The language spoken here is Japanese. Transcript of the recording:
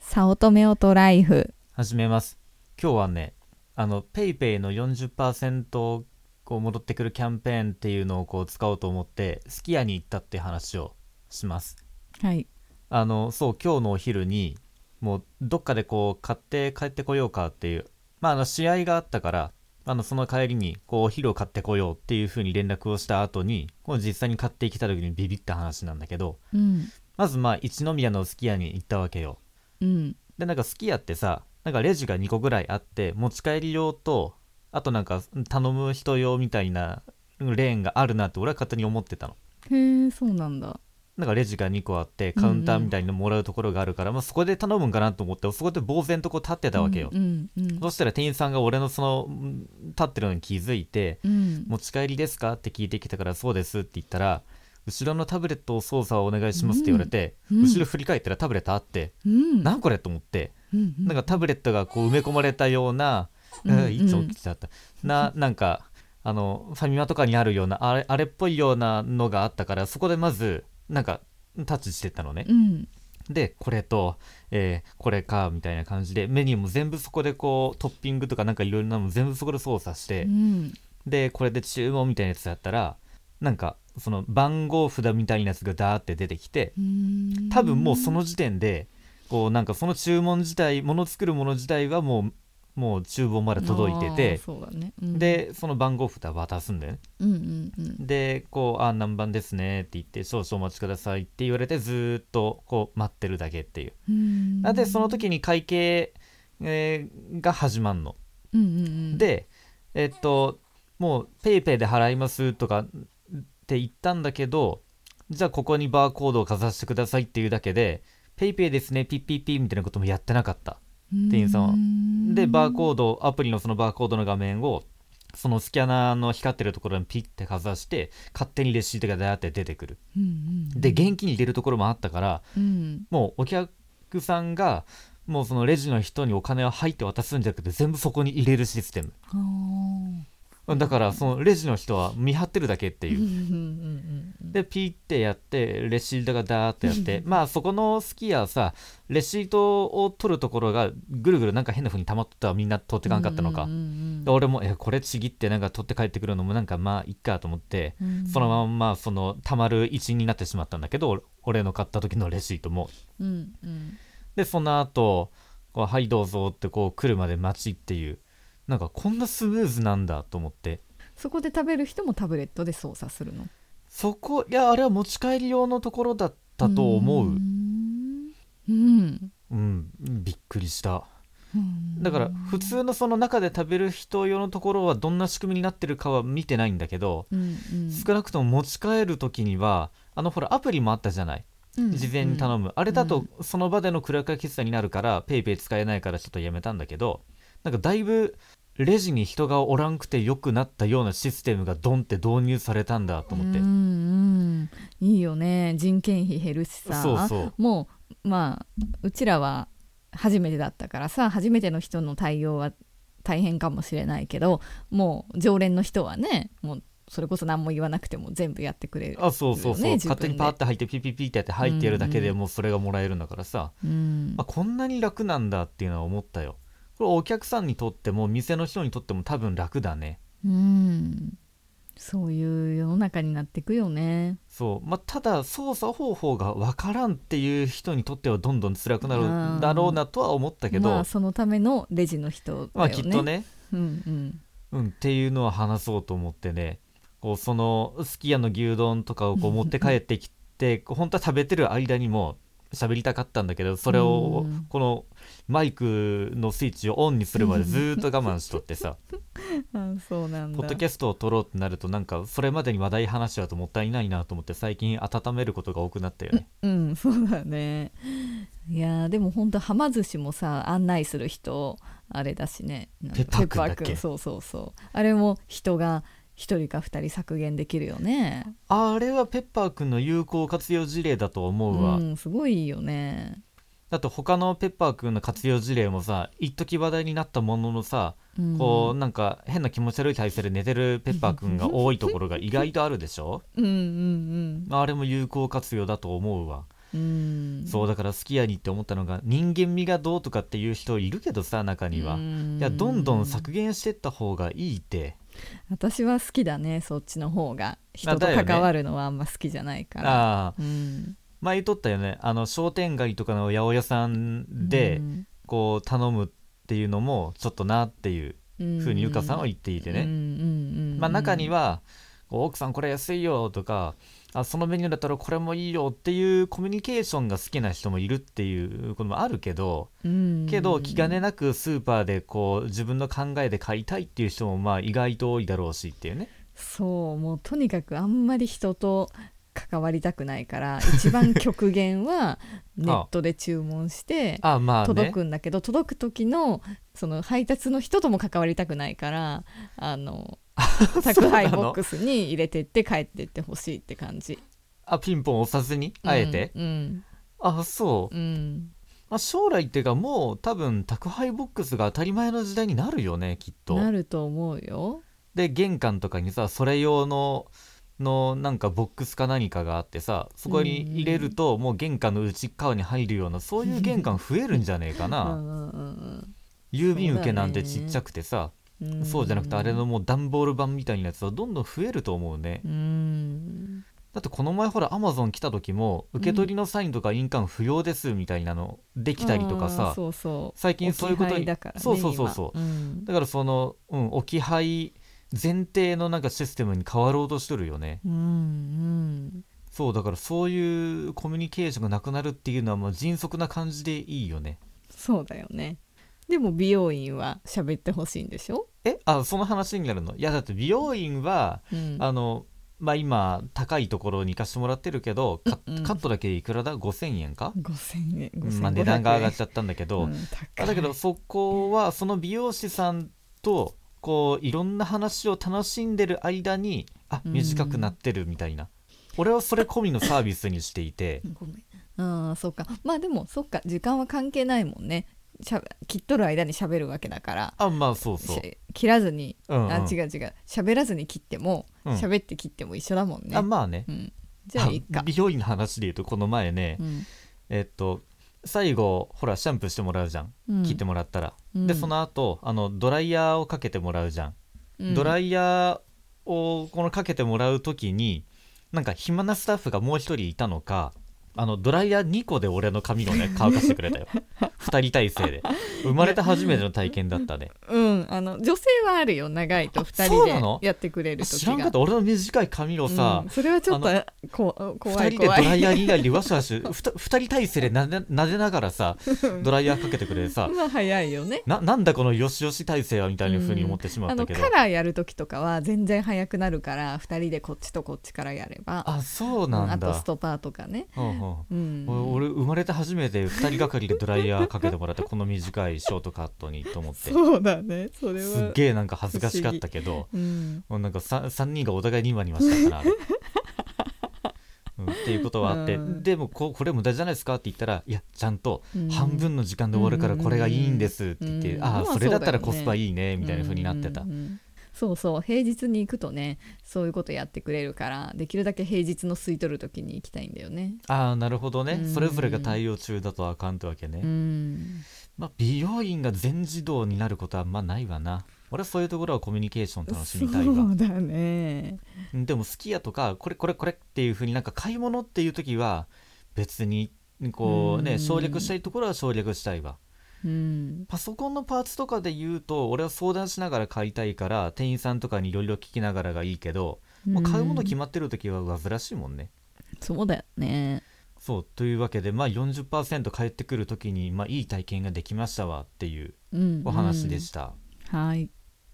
さおとめおとライフ始めます今日はねあの PayPay の40%こう戻ってくるキャンペーンっていうのをこう使おうと思ってすき家に行ったっていう話をしますはいあのそう今日のお昼にもうどっかでこう買って帰ってこようかっていうまああの試合があったからあのその帰りにこうお昼を買ってこようっていう風に連絡をした後にこう実際に買ってきた時にビビった話なんだけどうんまずまあ一宮のすき家に行ったわけようんでなんかすき家ってさなんかレジが2個ぐらいあって持ち帰り用とあとなんか頼む人用みたいなレーンがあるなって俺は勝手に思ってたのへえそうなんだなんかレジが2個あってカウンターみたいにもらうところがあるから、まあ、そこで頼むんかなと思ってそこで呆然とこう立ってたわけよ、うんうんそしたら店員さんが俺のそのうん立ってるのに気づいてうん「持ち帰りですか?」って聞いてきたから「そうです」って言ったら「後ろのタブレットを操作をお願いします」って言われて、うんうん後ろ振り返ったらタブレットあってうん「なんこれ?」と思ってうんなんかタブレットがこう埋め込まれたような、うんうんいつ起きてたった、ななんかあのファミマとかにあるようなあれあれっぽいようなのがあったからそこでまずなんかタッチしてったのねう、んでこれと、えーこれかみたいな感じでメニューも全部そこでこうトッピングとかなんかいろいろなのも全部そこで操作して、うんでこれで注文みたいなやつだったらなんかその番号札みたいなやつがダーって出てきて、うん多分もうその時点でこうなんかその注文自体もの作るもの自体はもうもう厨房まで届いてあーてそうだね、うん、でその番号札渡すんだよねうんうんうんでこう「あ何番ですね」って言って「少々お待ちください」って言われてずーっとこう待ってるだけっていううんでその時に会計、えーが始まんのうんうんうんでえっともう PayPay ペイペイで払いますとかって言ったんだけどじゃあここにバーコードをかざしてくださいっていうだけで PayPay ペイペイですねピッピッピみたいなこともやってなかった店員さんはんでバーコードアプリのそのバーコードの画面をそのスキャナーの光ってるところにピッてかざして勝手にレシートがだーって出てくるうんうんうんで現金に入れるところもあったからうんもうお客さんがもうそのレジの人にお金を入って渡すんじゃなくて全部そこに入れるシステムあーだからそのレジの人は見張ってるだけってういんうう。んうんでピーってやってレシートがダーってやってまあそこのスキーはさレシートを取るところがぐるぐるなんか変な風に溜まっとったらみんな取ってかんかったのか、うんうんで俺もえこれちぎってなんか取って帰ってくるのもなんかまあいっかと思って、うんうんそのまんまその溜まる一因になってしまったんだけど俺俺の買った時のレシートもうんうんでその後こうはいどうぞ」ってこう来るまで待ちっていうなんかこんなスムーズなんだと思ってそこで食べる人もタブレットで操作するのそこいやあれは持ち帰り用のところだったと思うーんうんうん、びっくりしたうんだから普通のその中で食べる人用のところはどんな仕組みになってるかは見てないんだけどうんうん少なくとも持ち帰る時にはあのほらアプリもあったじゃないうん事前に頼む、あれだとその場でのクラクラ決済になるから、ペイペイ使えないからちょっとやめたんだけどなんかだいぶレジに人がおらんくて良くなったようなシステムがドンって導入されたんだと思って、うんうんいいよね人件費減るしさそうそうもうまあうちらは初めてだったからさ初めての人の対応は大変かもしれないけどもう常連の人はねもうそれこそ何も言わなくても全部やってくれるあそうそうそう、ね自分で勝手にパーって入ってピピピってやって入ってやるだけでもうそれがもらえるんだからさ、うんまあ、こんなに楽なんだっていうのは思ったよこれお客さんにとっても店の人にとっても多分楽だねうんそういう世の中になっていくよねそうまあ、ただ操作方法が分からんっていう人にとってはどんどん辛くなるだろうなとは思ったけど、まあそのためのレジの人だよね。まあきっとね、うんうん。うん、っていうのは話そうと思ってねこうそのすき家の牛丼とかをこう持って帰ってき てこう本当は食べてる間にも喋りたかったんだけどそれをうんこのマイクのスイッチをオンにするまでず ーっと我慢しとってさあそうなんだ。ポッドキャストを撮ろうってなるとなんかそれまでに話題話しはともったいないなと思って最近温めることが多くなったよね。うんそうだね。いやーでも本当はま寿司もさ案内する人あれだしね。なんだペッパーくんだっけペそうそうそう。あれも人が一人か二人削減できるよね。あれはペッパーくんの有効活用事例だと思うわ、んすごいいいよね。だって他のペッパーくんの活用事例もさ一時話題になったもののさ、うんこうなんか変な気持ち悪い体勢で寝てるペッパーくん が多いところが意外とあるでしょうんうんあれも有効活用だと思うわうんそうだから好きやにって思ったのが人間味がどうとかっていう人いるけどさ中には、うんいやどんどん削減してった方がいいって私は好きだねそっちの方が人とだよね関わるのはあんま好きじゃないから、ああうん、前言っとったよねあの商店街とかの八百屋さんでこう頼むっていうのもちょっとなっていうふふうにゆかさんは言っ言ってていてね、まあ、中にはこう奥さんこれ安いよとかあそのメニューだったらこれもいいよっていうコミュニケーションが好きな人もいるっていうこともあるけどけど気兼ねなくスーパーでこう自分の考えで買いたいっていう人もまあ意外と多いだろうしっていうねそうもうとにかくあんまり人と関わりたくないから一番極限 はネットで注文してあまあ届ねくんだけど、届く時のその配達の人とも関わりたくないからあの宅配ボックスに入れてって帰ってってほしいって感じ。あピンポン押さずにあえて、うんあそう、うんうんまあ、将来っていうかもう多分宅配ボックスが当たり前の時代になるよねきっとなると思うよ。で玄関とかにさそれ用ののなんかボックスか何かがあってさそこに入れるともう玄関の内側に入るようなそういう玄関増えるんじゃね えかうんなうん郵便受けなんてちっちゃくてさうんそう,、じゃなくてあれのもう段ボール版みたいなやつはどんどん増えると思うねうんだってこの前ほらアマゾン来た時も受け取りのサインとか印鑑不要ですみたいなのできたりとかあーさそうそう最近そういうこと置き配にだからねそうそうそうそう今んだからその、うん、置き配前提のなんかシステムに変わろうとしてるよねうんそうだからそういうコミュニケーションがなくなるっていうのはもう迅速な感じでいいよねそうだよねでも美容院は喋ってほしいんでしょ、えあその話になるのいやだって美容院は、うん、あのまあ今高いところに行かしてもらってるけどカ,、うんうんカットだけいくらだ5000円か、 5000円うん5500円、まあ、値段が上がっちゃったんだけど、うん高あいだけ どそこはその美容師さんとこういろんな話を楽しんでる間にあうん短くなってるみたいな、俺はそれ込みのサービスにしていてごめんあーそうかまあでもそっか時間は関係ないもんねしゃ切っとる間に喋るわけだからあまあそ うそう、し切らずに、うんうんあ違う違う喋らずに切ってもうん喋、って切っても一緒だもんねあまあねうん、じゃあいいか美容院の話で言うとこの前ね、うんえっと最後ほらシャンプーしてもらうじゃん、うん切ってもらったら、うんでその後あのドライヤーをかけてもらうじゃん、うんドライヤーをこのかけてもらう時になんか暇なスタッフがもう一人いたのかあのドライヤー2個で俺の髪 をね乾かしてくれたよ2人体制で生まれて初めての体験だ ったねうん、あの女性はあるよ長いと2そうな人のでやってくれる時が知らんかった俺の短い髪をさ、うん、それはちょっとこ怖2い人でド怖いライヤー以外でわし わしふた二人体制でなでなでながらさドライヤーかけてくれてさまあ早いよねななんだこのよしよし体制はみたいな風に思ってしまあっのたけど、カラーやる時とかは全然早くなるから2人でこっちとこっちからやればあそううんなあんだ、とストパーとかね、うんうんうん、お俺生まれて初めて2人がかりでドライヤーかけてもらってこの短いショートカットにと思ってすそうだねそれはっげえなんか恥ずかしかったけどうん、もうなんか 3, 人がお互いに今にました から、あれうん、っていうことはあって、うんでもここれ無駄じゃないですかって言ったらいやちゃんとうん半分の時間で終わるからこれがいいんですって言って、うんああまあそれだったらそうだよコねスパいいねみたいな風になってた、うんうんうんそうそう平日に行くとねそういうことやってくれるからできるだけ平日の吸い取る時に行きたいんだよねああなるほどね、うんそれぞれが対応中だとあかんってわけね、うんまあ、美容院が全自動になることはまあないわな俺はそういうところはコミュニケーション楽しみたいそわうだねうんでも好きやとかこれこれこれっていうふうになんか買い物っていう時は別にこううねん省略したいところは省略したいわうんパソコンのパーツとかで言うと俺は相談しながら買いたいから店員さんとかにいろいろ聞きながらがいいけど、もう買うもの決まってる時は煩わしいもんねそうだよねそうというわけでまあ40%返ってくる時にまあいい体験ができましたわっていううんお話でした、た、はい